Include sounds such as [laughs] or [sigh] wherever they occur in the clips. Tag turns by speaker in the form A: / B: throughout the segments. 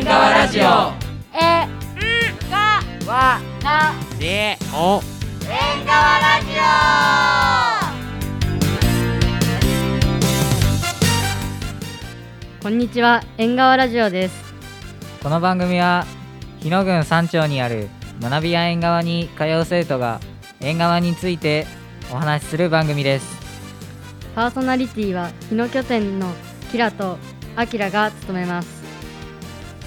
A: んかわラジオ
B: えんがわな
A: でお
B: えんがわラジオ
C: こんにちは縁側ラジオです
A: この番組は日野郡山頂にある学びや縁側に通う生徒が縁側についてお話しする番組です
C: パーソナリティは日野拠点のキラとアキラが務めます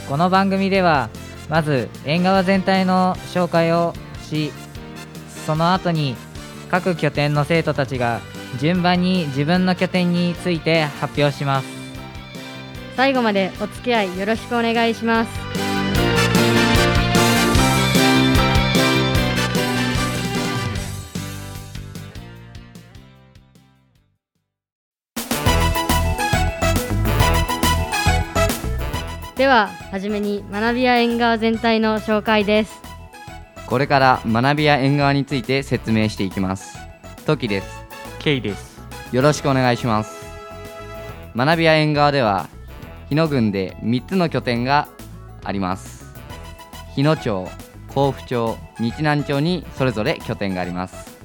A: この番組ではまず縁側全体の紹介をしその後に各拠点の生徒たちが順番に自分の拠点について発表します
C: 最後までお付き合いよろしくお願いしますでははじめに学びや縁側全体の紹介です
D: これから学びや縁側について説明していきますトキです
E: ケイです。
D: よろしくお願いします学びや縁側では日野郡で3つの拠点があります日野町甲府町日南町にそれぞれ拠点があります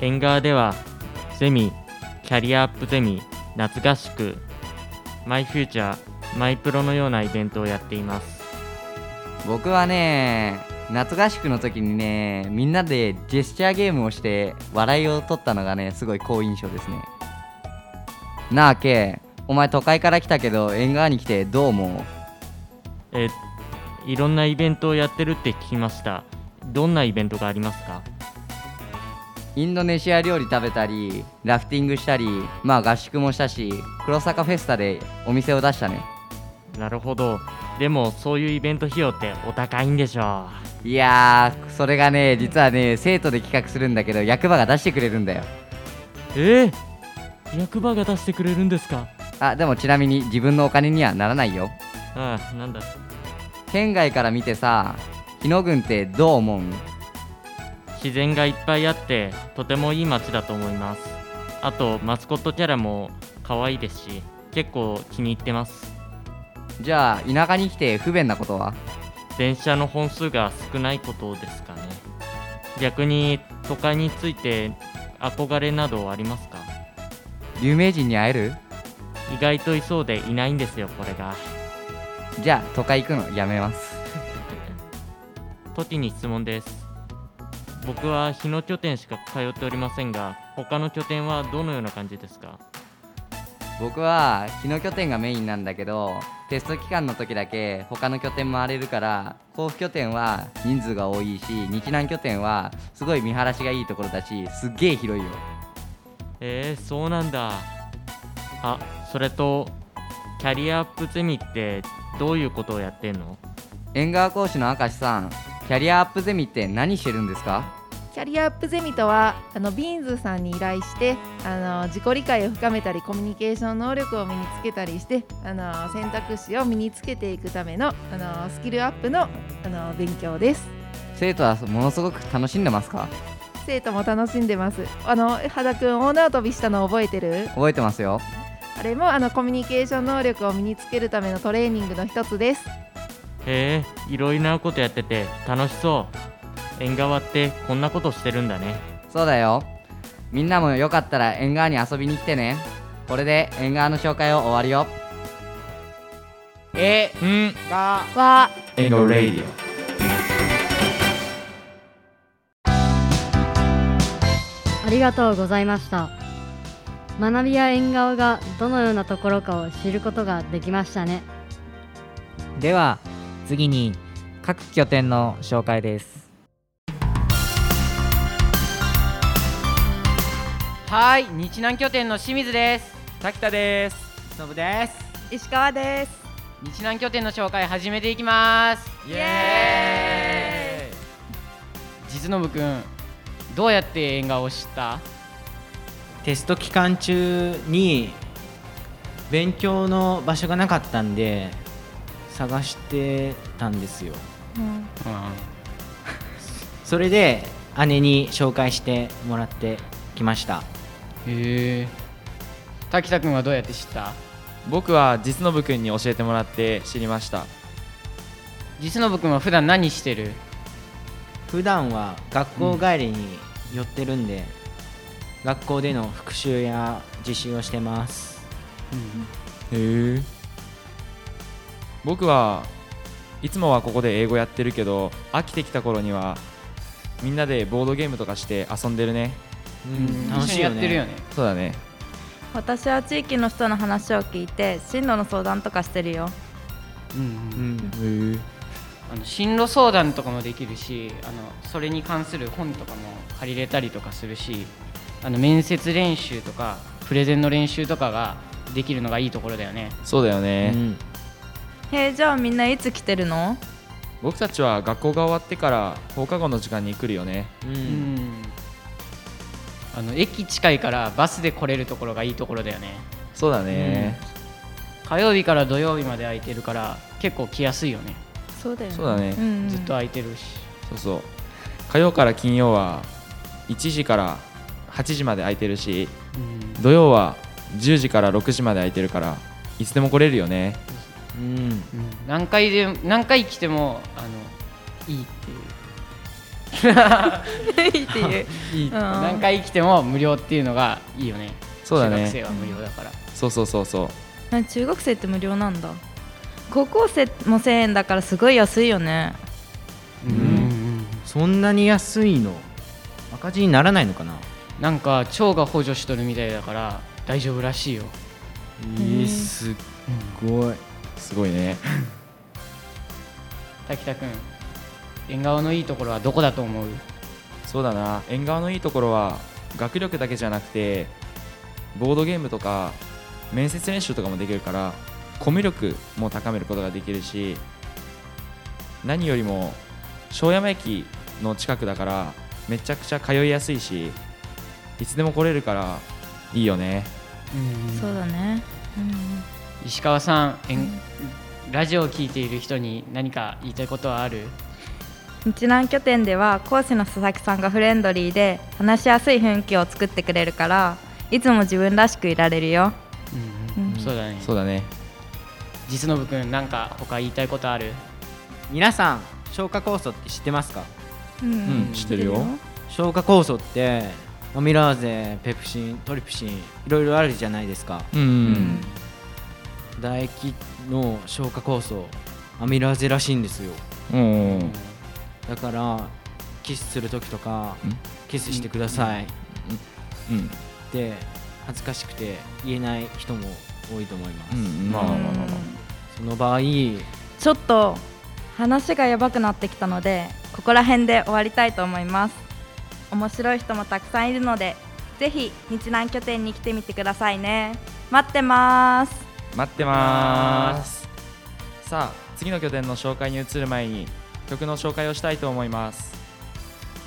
E: 縁側では、ゼミ、キャリアアップゼミ、夏合宿、マイフューチャー、マイプロのようなイベントをやっています。
D: 僕はね夏合宿の時にねみんなでジェスチャーゲームをして笑いを取ったのがねすごい好印象ですねなあけお前都会から来たけど縁側に来てどう思う
E: え、いろんなイベントをやってるって聞きました。どんなイベントがありますか
D: インドネシア料理食べたりラフティングしたりまあ合宿もしたし黒坂フェスタでお店を出したね
E: なるほど。でも、そういうイベント費用ってお高いんでしょ
D: いやーそれがね実はね生徒で企画するんだけど役場が出してくれるんだよ
E: う。え役場が出してくれるんですか
D: あでもちなみに自分のお金にはならないよ
E: ああ、なんだ。
D: 県外から見てさ日野郡ってどう思う
E: 自然がいっぱいあって、とてもいい街だと思います。あと、マスコットキャラも可愛いですし、結構気に入ってます。
D: じゃあ田舎に来て不便なことは
E: 電車の本数が少ないことですかね逆に都会について憧れなどありますか
D: 有名人に会える
E: 意外といそうでいないんですよこれが
D: じゃあ都会行くのやめます
E: 時に質問です僕は日野拠点しか通っておりませんが他の拠点はどのような感じですか
D: 僕は日野拠点がメインなんだけどテスト期間の時だけ他の拠点回れるから甲府拠点は人数が多いし日南拠点はすごい見晴らしがいいところだしすっげえ広いよ
E: えー、そうなんだあそれとキャリアアップゼミってどういうことをやってんの
D: 縁側講師の明石さんキャリアアップゼミって何してるんですか
F: キャリアアップゼミとはあのビーンズさんに依頼してあの自己理解を深めたりコミュニケーション能力を身につけたりしてあの選択肢を身につけていくためのあのスキルアップのあの勉強です
D: 生徒はものすごく楽しんでますか
F: 生徒も楽しんでますあの羽田くん大縄跳びしたの覚えてる
D: 覚えてますよ
F: あれもあのコミュニケーション能力を身につけるためのトレーニングの一つです
E: へえいろいろなことやってて楽しそう縁側ってこんなことしてるんだね
D: そうだよみんなもよかったら縁側に遊びに来てねこれで縁側の紹介を終わるよ
A: えん
B: わ
C: ありがとうございました学びや縁側がどのようなところかを知ることができましたね
A: では次に各拠点の紹介です
G: はい、日南拠点の清水です。滝田です。のぶです。
F: 石川です
G: 日南拠点の紹介始めていきます。イエーイ。実のぶくん、どうやって縁側を知った？
H: テスト期間中に勉強の場所がなかったんで探してたんですよそれで姉に紹介してもらってきました
G: へえ。滝田くんはどうやって知った？
I: 僕は実信君に教えてもらって知りました
G: 実のぶくんは普段何してる
H: 普段は学校帰りに寄ってるんで、学校での復習や自習をしてます
I: へえ僕はいつもはここで英語やってるけど飽きてきた頃にはみんなでボードゲームとかして遊んでるね
H: うん楽
G: 一緒
H: し
G: に
H: いよ
G: やってるよ
H: ね
G: ね
I: そうだね
J: 私は地域の人の話を聞いて進路の相談とかしてるよ
H: うん
I: へえ
G: あの進路相談とかもできるしあのそれに関する本とかも借りれたりとかするしあの面接練習とかプレゼンの練習とかができるのがいいところだよね
I: そうだよね、
H: うん
J: へえじゃあみんないつ来てるの
I: 僕たちは学校が終わってから放課後の時間に来るよね
H: う
G: うんんあの駅近いからバスで来れるところがいいところだよね
I: そうだね、
G: 火曜日から土曜日まで空いてるから結構来やすいよね、
J: そうだよ
I: そうだね、
J: んうん
G: ずっと空いてるし
I: そうそう火曜から金曜は1時から8時まで空いてるし
G: うん
I: 土曜は10時から6時まで空いてるからいつでも来れるよね
H: うん
G: 何回で何回来てもあのいいっていう
J: [laughs] いいっていう
G: [laughs] いい
J: ん
G: 何回来ても無料っていうのがいいよね
I: そうだ
G: 中学生
I: ね
G: は無料だから、
I: そうそうそうそう
J: 何中学生って無料なんだ高校生も1000円だからすごい安いよね
H: そんなに安いの赤字にならないのかな
G: なんか腸が補助しとるみたいだから大丈夫らしいよ
H: えー、すっごい
I: すごい [laughs] ね
G: 滝田君縁側のいいところはどこだと思う
I: そうだな縁側のいいところは学力だけじゃなくてボードゲームとか面接練習とかもできるからコミュ力も高めることができるし何よりも庄山駅の近くだからめちゃくちゃ通いやすいしいつでも来れるからいいよね
J: そうだね
G: 石川さん縁ラジオを聞いている人に何か言いたいことはある
J: 日南拠点では講師の佐々木さんがフレンドリーで話しやすい雰囲気を作ってくれるからいつも自分らしくいられるようん
G: そうだね
I: そうだね
G: 実信君なんか他言いたいことある
H: 皆さん消化酵素って知ってますか
J: うん、
I: うん知ってるよ
H: 消化酵素ってアミラーゼペプシントリプシンいろいろあるじゃないですか
I: うん、
J: うん
H: 唾液の消化酵素アミラーゼらしいんですよ
I: うんうん
H: だからキスする時とか
I: ん
H: キスしてくださいっ
I: うん
H: て恥ずかしくて言えない人も多いと思います、
I: うんまあまあまあまあ、
H: その場合
J: ちょっと話がやばくなってきたのでここら辺で終わりたいと思います面白い人もたくさんいるのでぜひ日南拠点に来てみてくださいね待ってます
I: 待ってますさあ次の拠点の紹介に移る前に曲の紹介をしたいと思います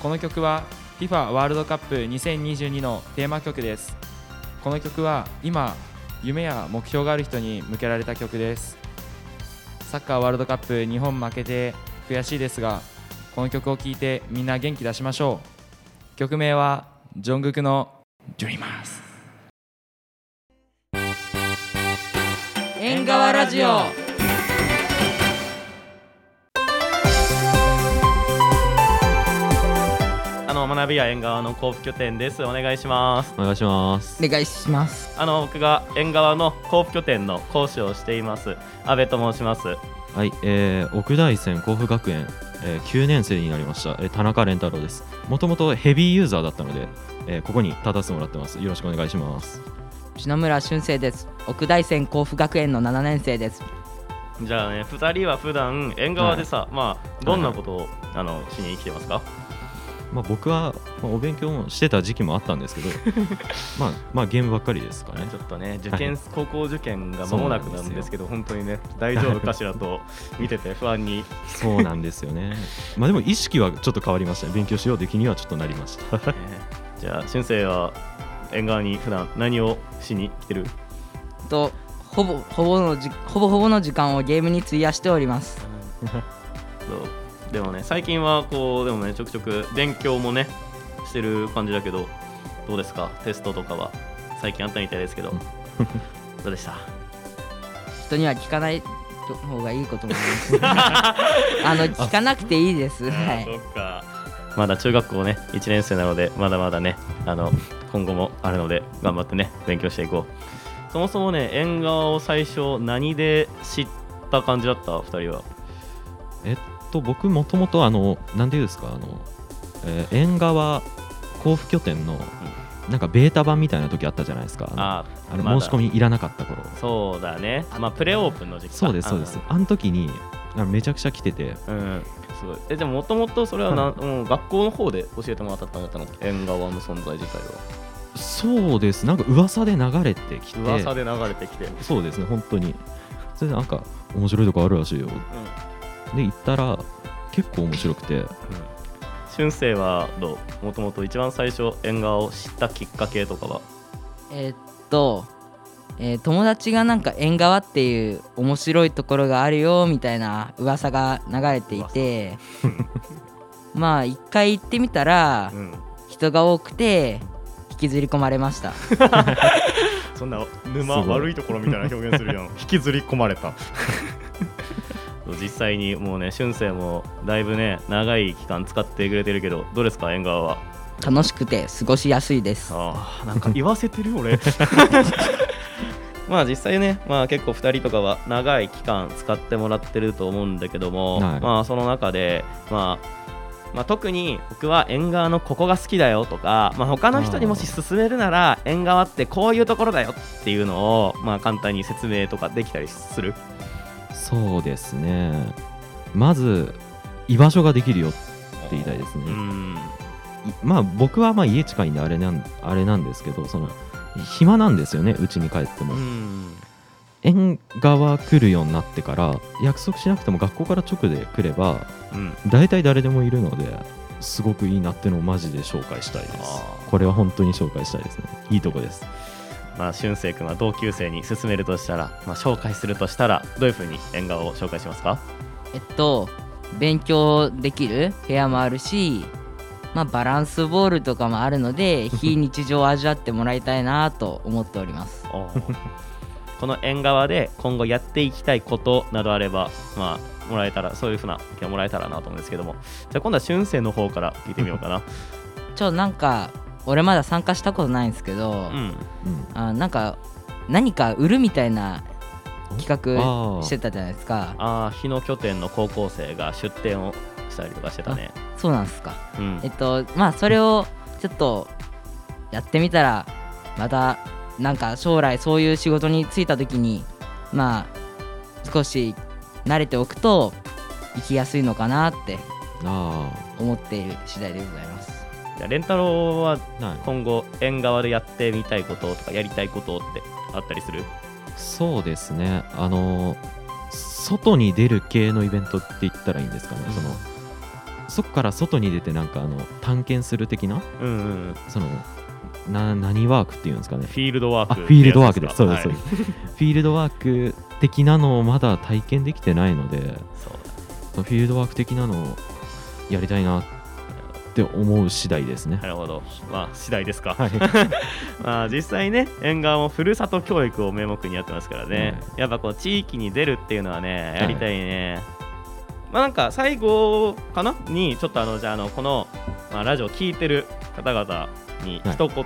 I: この曲は FIFA ワールドカップ2022のテーマ曲ですこの曲は今夢や目標がある人に向けられた曲ですサッカーワールドカップ日本負けて悔しいですがこの曲を聴いてみんな元気出しましょう曲名はジョングクの「Dreamers
G: 縁側ラジオ
K: あの学びや縁側の甲府拠点です。お願いします。
E: お願いします
D: お願いします
K: あの僕が縁側の甲府拠点の講師をしています。阿部と申します。
E: はい、えー、奥大線甲府学園、えー9年生になりました、えー田中蓮太郎ですもともとヘビーユーザーだったので、えーここに立たせてもらってますよろしくお願いします
B: 篠村俊生です奥大仙甲府学園の7年生です
K: じゃあね、二人は普段縁側でさ、まあどんなことを、あのしに生きてますか。
E: まあ僕は、まあお勉強もしてた時期もあったん
K: [laughs]
E: ですけどまあまあゲームばっかりですかね
K: ちょっとね、受験、
E: は
K: 高校受験が間もなくなんですけど、本当にね、大丈夫かしらと見てて不安に。
E: そうなんですよねまあでも意識はちょっと変わりましたね勉強しようという気にはちょっとなりました
K: じゃあ俊生は縁側に普段何をしに来てる。
B: とほぼほぼのじほぼほぼの時間をゲームに費やしており
K: [laughs]
B: ます
K: そうでもね最近はこうでもねちょくちょく勉強もねしてる感じだけどどうですかテストとかは
L: [laughs]
K: 最近あったみたいですけどどうでした
B: 人には聞かないた方がいいことも
K: [laughs]
B: ありますあの聞かなくていいですはい
K: そっかまだ中学校ね1年生なのでまだまだねあの今後もあるので頑張ってね勉強していこうそもそもね縁側を最初何で知った感じだった2人は
L: えっと僕もともとあのなんで言うんですかあの、えー縁側交付拠点のなんかベータ版みたいな時あったじゃないですかあの
K: あ
L: あの
K: まだ
L: 申し込みいらなかった頃
K: そうだねまあプレオープンの時期か
L: そうですそうですあの時にあのめちゃくちゃ来てて
K: うんすごいえでももともとそれはな、
L: は
K: もう学校の方で教えてもらったって感じだったの縁側の存在自体は
L: そうですなんか噂で流れてきて
K: 噂で流れてきて
L: そうですね本当にそれでなんか面白いとこあるらしいよ、で行ったら結構面白くて、
K: 俊生はどうもともと一番最初縁側を知ったきっかけとかは
B: えーっと、えー友達がなんか縁側っていう面白いところがあるよみたいな噂が流れていてまあ一回行ってみたら、人が多くて引きずり込まれました
K: そんな [laughs] 沼
B: すごい
K: 悪いところみたいな表現するやん [laughs] 引きずり込まれた実際にもうね俊生もだいぶね長い期間使ってくれてるけどどうですか縁側は
B: 楽しくて過ごしやすいです
K: あなんか言わせてる
B: [laughs]
K: 俺まあ実際ね、まあ、結構2人とかは長い期間使ってもらってると思うんだけども、
L: はい
K: まあその中で、まあ、まあ特に僕は縁側のここが好きだよとか、まあ、他の人にもし勧めるなら縁側ってこういうところだよっていうのを、まあ、簡単に説明とかできたりする
L: そうですねまず居場所ができるよって言いたいですねいまあ僕はまあ家近いんであれなんあれなんですけどその暇なんですよねうちに帰っても、縁側来るようになってから約束しなくても学校から直で来れば、
K: うん
L: 大体誰でもいるのですごくいいなってのをマジで紹介したいですこれは本当に紹介したいですねいいとこです
K: まあ、俊生君は同級生に勧めるとしたら、まあ、紹介するとしたらどういうふうに縁側を紹介しますか
B: えっと勉強できる部屋もあるしまあバランスボールとかもあるの
K: [laughs]
B: で非日常を味わってもらいたいなと思っており
K: [laughs]
B: ます
K: この縁側で今後やっていきたいことなどあれば、まあ、もらえたらそういうふうな意見をもらえたらなと思うんですけどもじゃあ今度は俊生の方から聞いてみようかな
B: ちょなんか俺まだ参加したことないんですけど、あなんか何か売るみたいな企
K: あ
B: 画
K: ー
B: してたじゃないですか
K: ああ日野拠点の高校生が出店をしたりとかしてたね
B: そうなんですか、
K: うん
B: えっとまあそれをちょっとやってみたらまたなんか将来そういう仕事に就いた時にまあ少し慣れておくと生きやすいのかなって思っている次第でございます
K: じゃあ蓮太郎は今後縁側でやってみたいこととかやりたいことってあったりする
L: そうですねあの外に出る系のイベントって言ったらいいんですかね、そのそこから外に出てなんかあの探検する的な、そのな何ワークっていうんですかね
K: フィールドワーク
L: あフィールドワークです
K: って
L: そうで
K: やつ
L: す、
K: ですか
L: そうですフィールドワーク的なのをまだ体験できてないのでそのフィールドワーク的なのをやりたいなって思う次第ですね
K: なるほど、まあ、次第ですか、
L: はい
K: [laughs] まあ実際ね、縁側もふるさと教育を名目にやってますからね、やっぱこう地域に出るっていうのはね、やりたいね。まあなんか最後かなに、ちょっとあのじゃああの、この、まあ、ラジオ聞いてる方々に一言、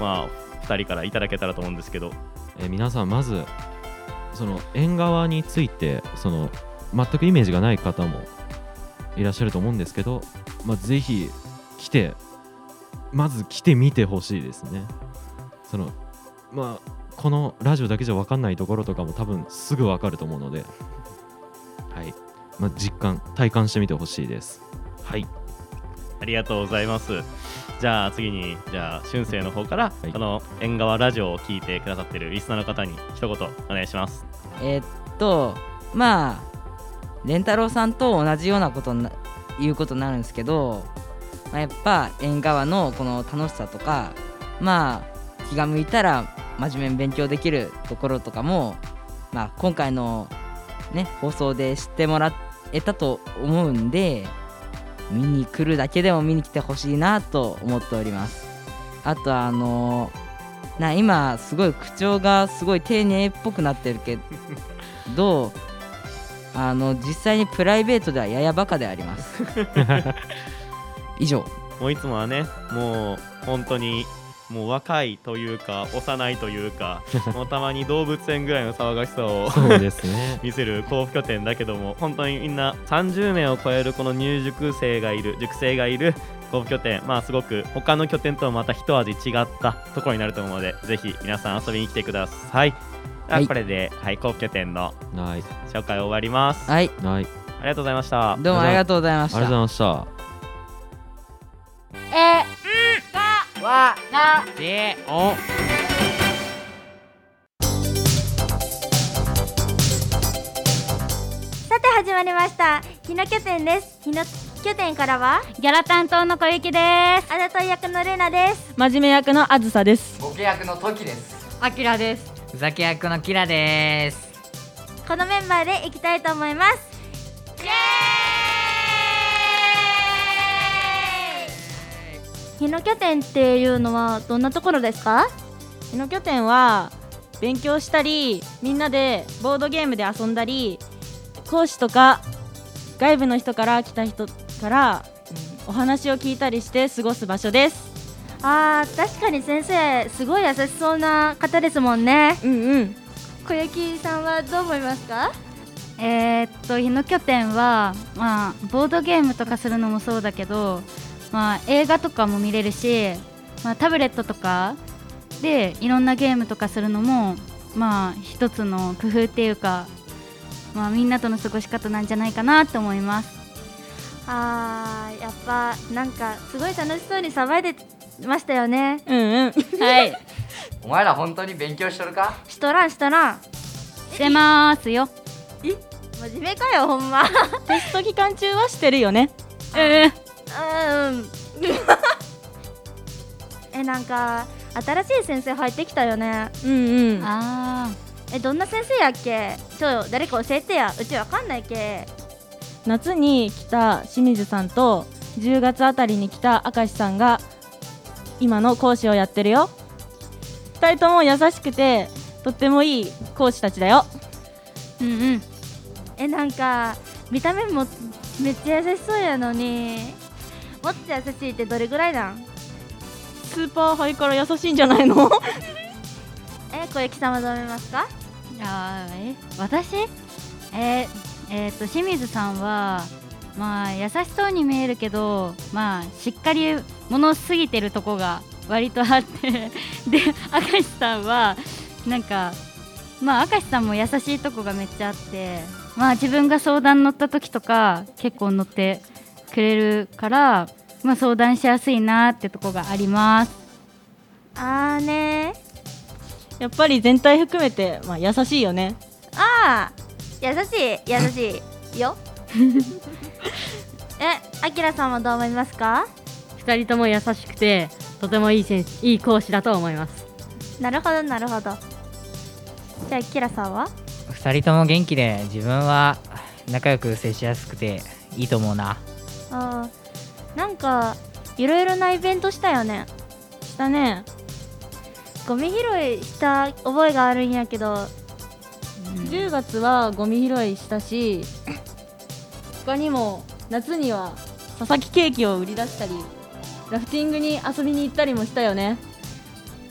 K: まあ、2人からいただけたらと思うんですけど、
L: えー皆さんまずその縁側についてその全くイメージがない方もいらっしゃると思うんですけど、まあ、ぜひ来てまず来てみてほしいですねそのまあこのラジオだけじゃ分かんないところとかも多分すぐ分かると思うのではい、まあ、実感体感してみてほしいです
K: はいありがとうございます。じゃあ次に、じゃあ、俊生の方から、この縁側ラジオを聞いてくださってるリスナーの方に一言お願いします。
B: えーっとまあ蓮太郎さんと同じようなことにないうことになるんですけど、まあ、やっぱ縁側のこの楽しさとかまあ気が向いたら真面目に勉強できるところとかも、まあ、今回の、ね、放送で知ってもらえたと思うんで見に来るだけでも見に来てほしいなと思っておりますあとはあのな今すごい口調がすごい丁寧っぽくなってるけどどあの実際にプライベートではややバカであります以上
K: もういつもはねもう本当にもう若いというか幼いという
B: [laughs]
K: かもうたまに動物園ぐらいの騒がしさを
L: そうですね
K: [laughs] 見せる甲府拠点だけども本当にみんな30名を超えるこの入塾生がいる塾生がいる甲府拠点まあすごく他の拠点とはまた一味違ったところになると思うのでぜひ皆さん遊びに来てください。あ
L: はい
K: これで、はい、甲府拠点の
L: はい
K: 紹介終わります。
B: はい、
L: はい、
K: ありがとうございました。
B: どうもありがとうございました
L: ありがとうございました
M: えんがわな
G: で
L: お
M: さて始まりました日野拠点です日野拠点からはギャラ担当の小雪ですあざとい役のルナです
N: 真面目役のあずさです
M: ボケ役のトキです
A: あきらですふざけ役のキラです
M: このメンバーでいきたいと思います
N: 日野拠点っていうのはどんなところですか日野拠点は勉強したりみんなでボードゲームで遊んだり講師とか外部の人から来た人からお話を聞いたりして過ごす場所です
M: あー確かに先生すごい優しそうな方ですもんね
N: うんうん
M: 小雪さんはどう思いますか
O: えーっと日野拠点は、まあ、ボードゲームとかするのもそうだけど、まあ、映画とかも見れるし、まあ、タブレットとかでいろんなゲームとかするのも、まあ、一つの工夫っていうか、まあ、みんなとの過ごし方なんじゃないかなと思います。
M: あーやっぱなんかすごい楽しそうにさばいてましたよね
N: うんうんはい
D: お前ら本当に勉強しとるか
M: しとらんしとらん
O: してまーすよ
M: 真面目かよほんま
N: テスト期間
M: [laughs]
N: 中はしてるよねうん
M: うん [laughs] えなんか新しい先生入ってきたよね
N: うんうん
M: あえどんな先生やっけちょ誰か教えてやうちわかんないけ
N: 夏に来た清水さんと10月あたりに来た明石さんが今の講師をやってるよ2人とも優しくてとってもいい講師たちだよ
M: うんうんえなんか見た目もめっちゃ優しそうやのにもっと優しいってどれぐらいなん
N: スーパーハイから優しいんじゃないの
M: [laughs] え小雪さんはどう思いますか
O: あーえ [laughs] 私えーえーっと清水さんはまあ優しそうに見えるけどまあしっかり物すぎてるとこが割とあってで明石さんはなんかまあ明石さんも優しいとこがめっちゃあってまあ自分が相談乗った時とか結構乗ってくれるからまあ相談しやすいなってとこがあります
M: あーね
N: やっぱり全体含めて、まあ、優しいよね
M: ああ優しい優しいよ [laughs] えあきらさんはどう思いますか
C: 2人とも優しくてとてもいい先生いい講師だと思います
M: なるほどなるほどじゃあきらさんは
A: 二人とも元気で自分は仲良く接しやすくていいと思うな
M: あーなんかいろいろなイベントしたよね
N: したね
M: ゴミ拾いした覚えがあるんやけど
N: 10月はゴミ拾いしたし他にも夏には佐々木ケーキを売り出したりラフティングに遊びに行ったりもしたよね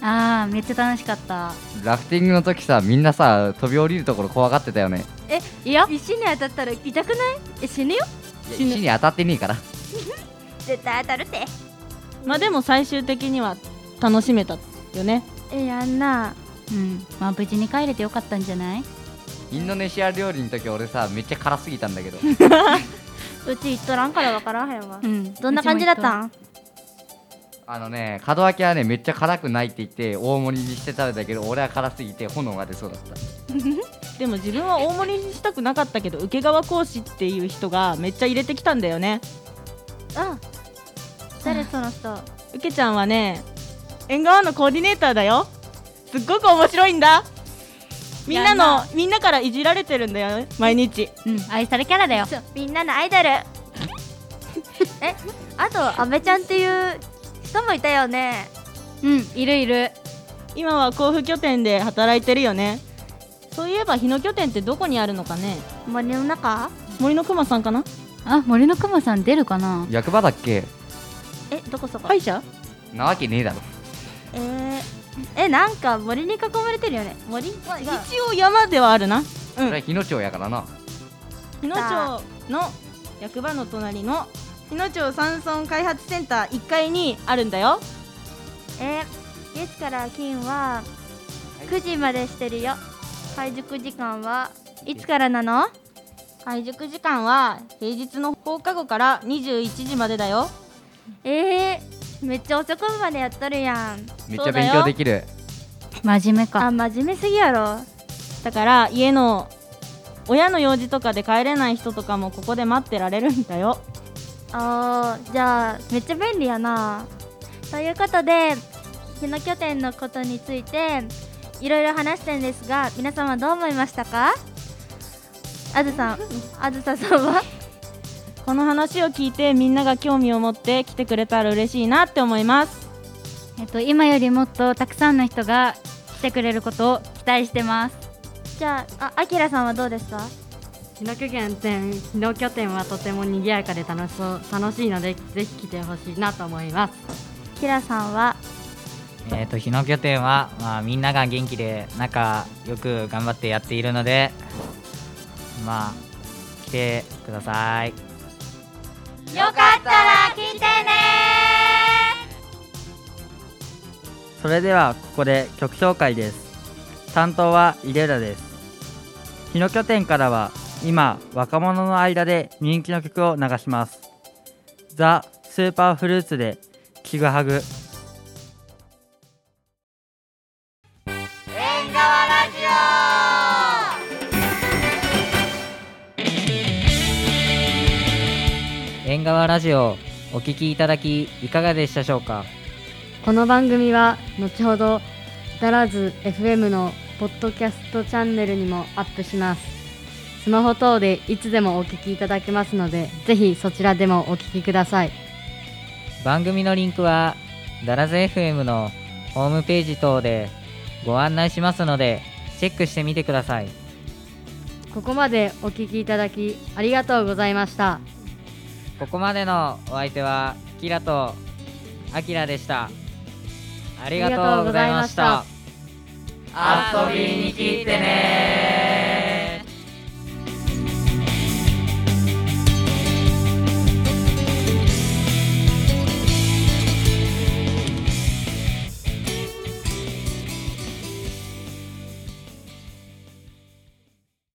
O: ああめっちゃ楽しかった
D: ラフティングの時さみんなさ飛び降りるところ怖がってたよね
M: えいや石に当たったら痛くないえ死ぬよ
D: いや石に当たってねえから
M: 絶対当たるって
N: まあでも最終的には楽しめたよね
M: えやんな
O: うんまあ無事に帰れてよかったんじゃない
D: インドネシア料理の時俺さめっちゃ辛すぎたんだけど
M: [laughs] うち行っとらんからわからへんわ、
O: ん
M: どんな感じだったん
D: あのね門脇はねめっちゃ辛くないって言って大盛りにして食べたけど俺は辛すぎて炎が出そうだっ
N: [laughs]
D: た
N: でも自分は大盛りにしたくなかったけど受け側講師っていう人がめっちゃ入れてきたんだよね
M: あ誰その人
N: 受けちゃんはね縁側のコーディネーターだよすっごく面白いんだみんなのみんなからいじられてるんだよ毎日
O: うん愛されキャラだよ
M: そうみんなのアイドルえあと阿部ちゃんっていう人もいたよね
O: うんいるいる
N: 今は甲府拠点で働いてるよね
P: そういえば日野拠点ってどこにあるのかね
M: 森の中
P: 森のくまさんかな
O: あ森のくまさん出るかな
D: 役場だっけ
M: えどこそこ
P: 歯医者
D: なわけねえだろ
M: えー、えなんか森に囲まれてるよね森違う
P: 一応山ではあるな
D: それは日野町やからな
P: 日野町の役場の隣の日野町山村開発センター1階にあるんだよ
M: えー、月から金は9時までしてるよ開塾時間はいつからなの
P: 開塾時間は平日の放課後から21時までだよ
M: えー、めっちゃ遅くまでやっとるやん
D: めっちゃ勉強できる
O: 真面目か
M: あ真面目すぎやろ
P: だから家の親の用事とかで帰れない人とかもここで待ってられるんだよ
M: あーじゃあめっちゃ便利やなということで日野拠点のことについていろいろ話してんですが皆様どう思いましたかあずさんあずささんは
P: この話を聞いてみんなが興味を持って来てくれたら嬉しいなって思います
O: えっと今よりもっとたくさんの人が来てくれることを期待してます
M: じゃああきらさんはどうですか
C: 日野拠点店日野拠点はとても賑やかで楽しそう楽しいのでぜひ来てほしいなと思います
M: きらさんは
A: えー、と日野拠点は、まあ、みんなが元気で仲よく頑張ってやっているのでまあ来てください
Q: よかったら聞いてね
R: それではここで曲紹介です担当はイレラです日野拠点からは今若者の間で人気の曲を流しますザ・スーパーフルーツでちぐはぐ
Q: 縁側ラジオ
A: 縁側ラジオお聞きいただきいかがでしたでしょうか
C: この番組は後ほどだらず FM のポッドキャストチャンネルにもアップしますスマホ等でいつでもお聞きいただけますのでぜひそちらでもお聞きください
A: 番組のリンクはダラズ FM のホームページ等でご案内しますのでチェックしてみてください
C: ここまでお聞きいただきありがとうございました
A: ここまでのお相手はキラとアキラでしたありがとうございました
Q: 遊びに来てね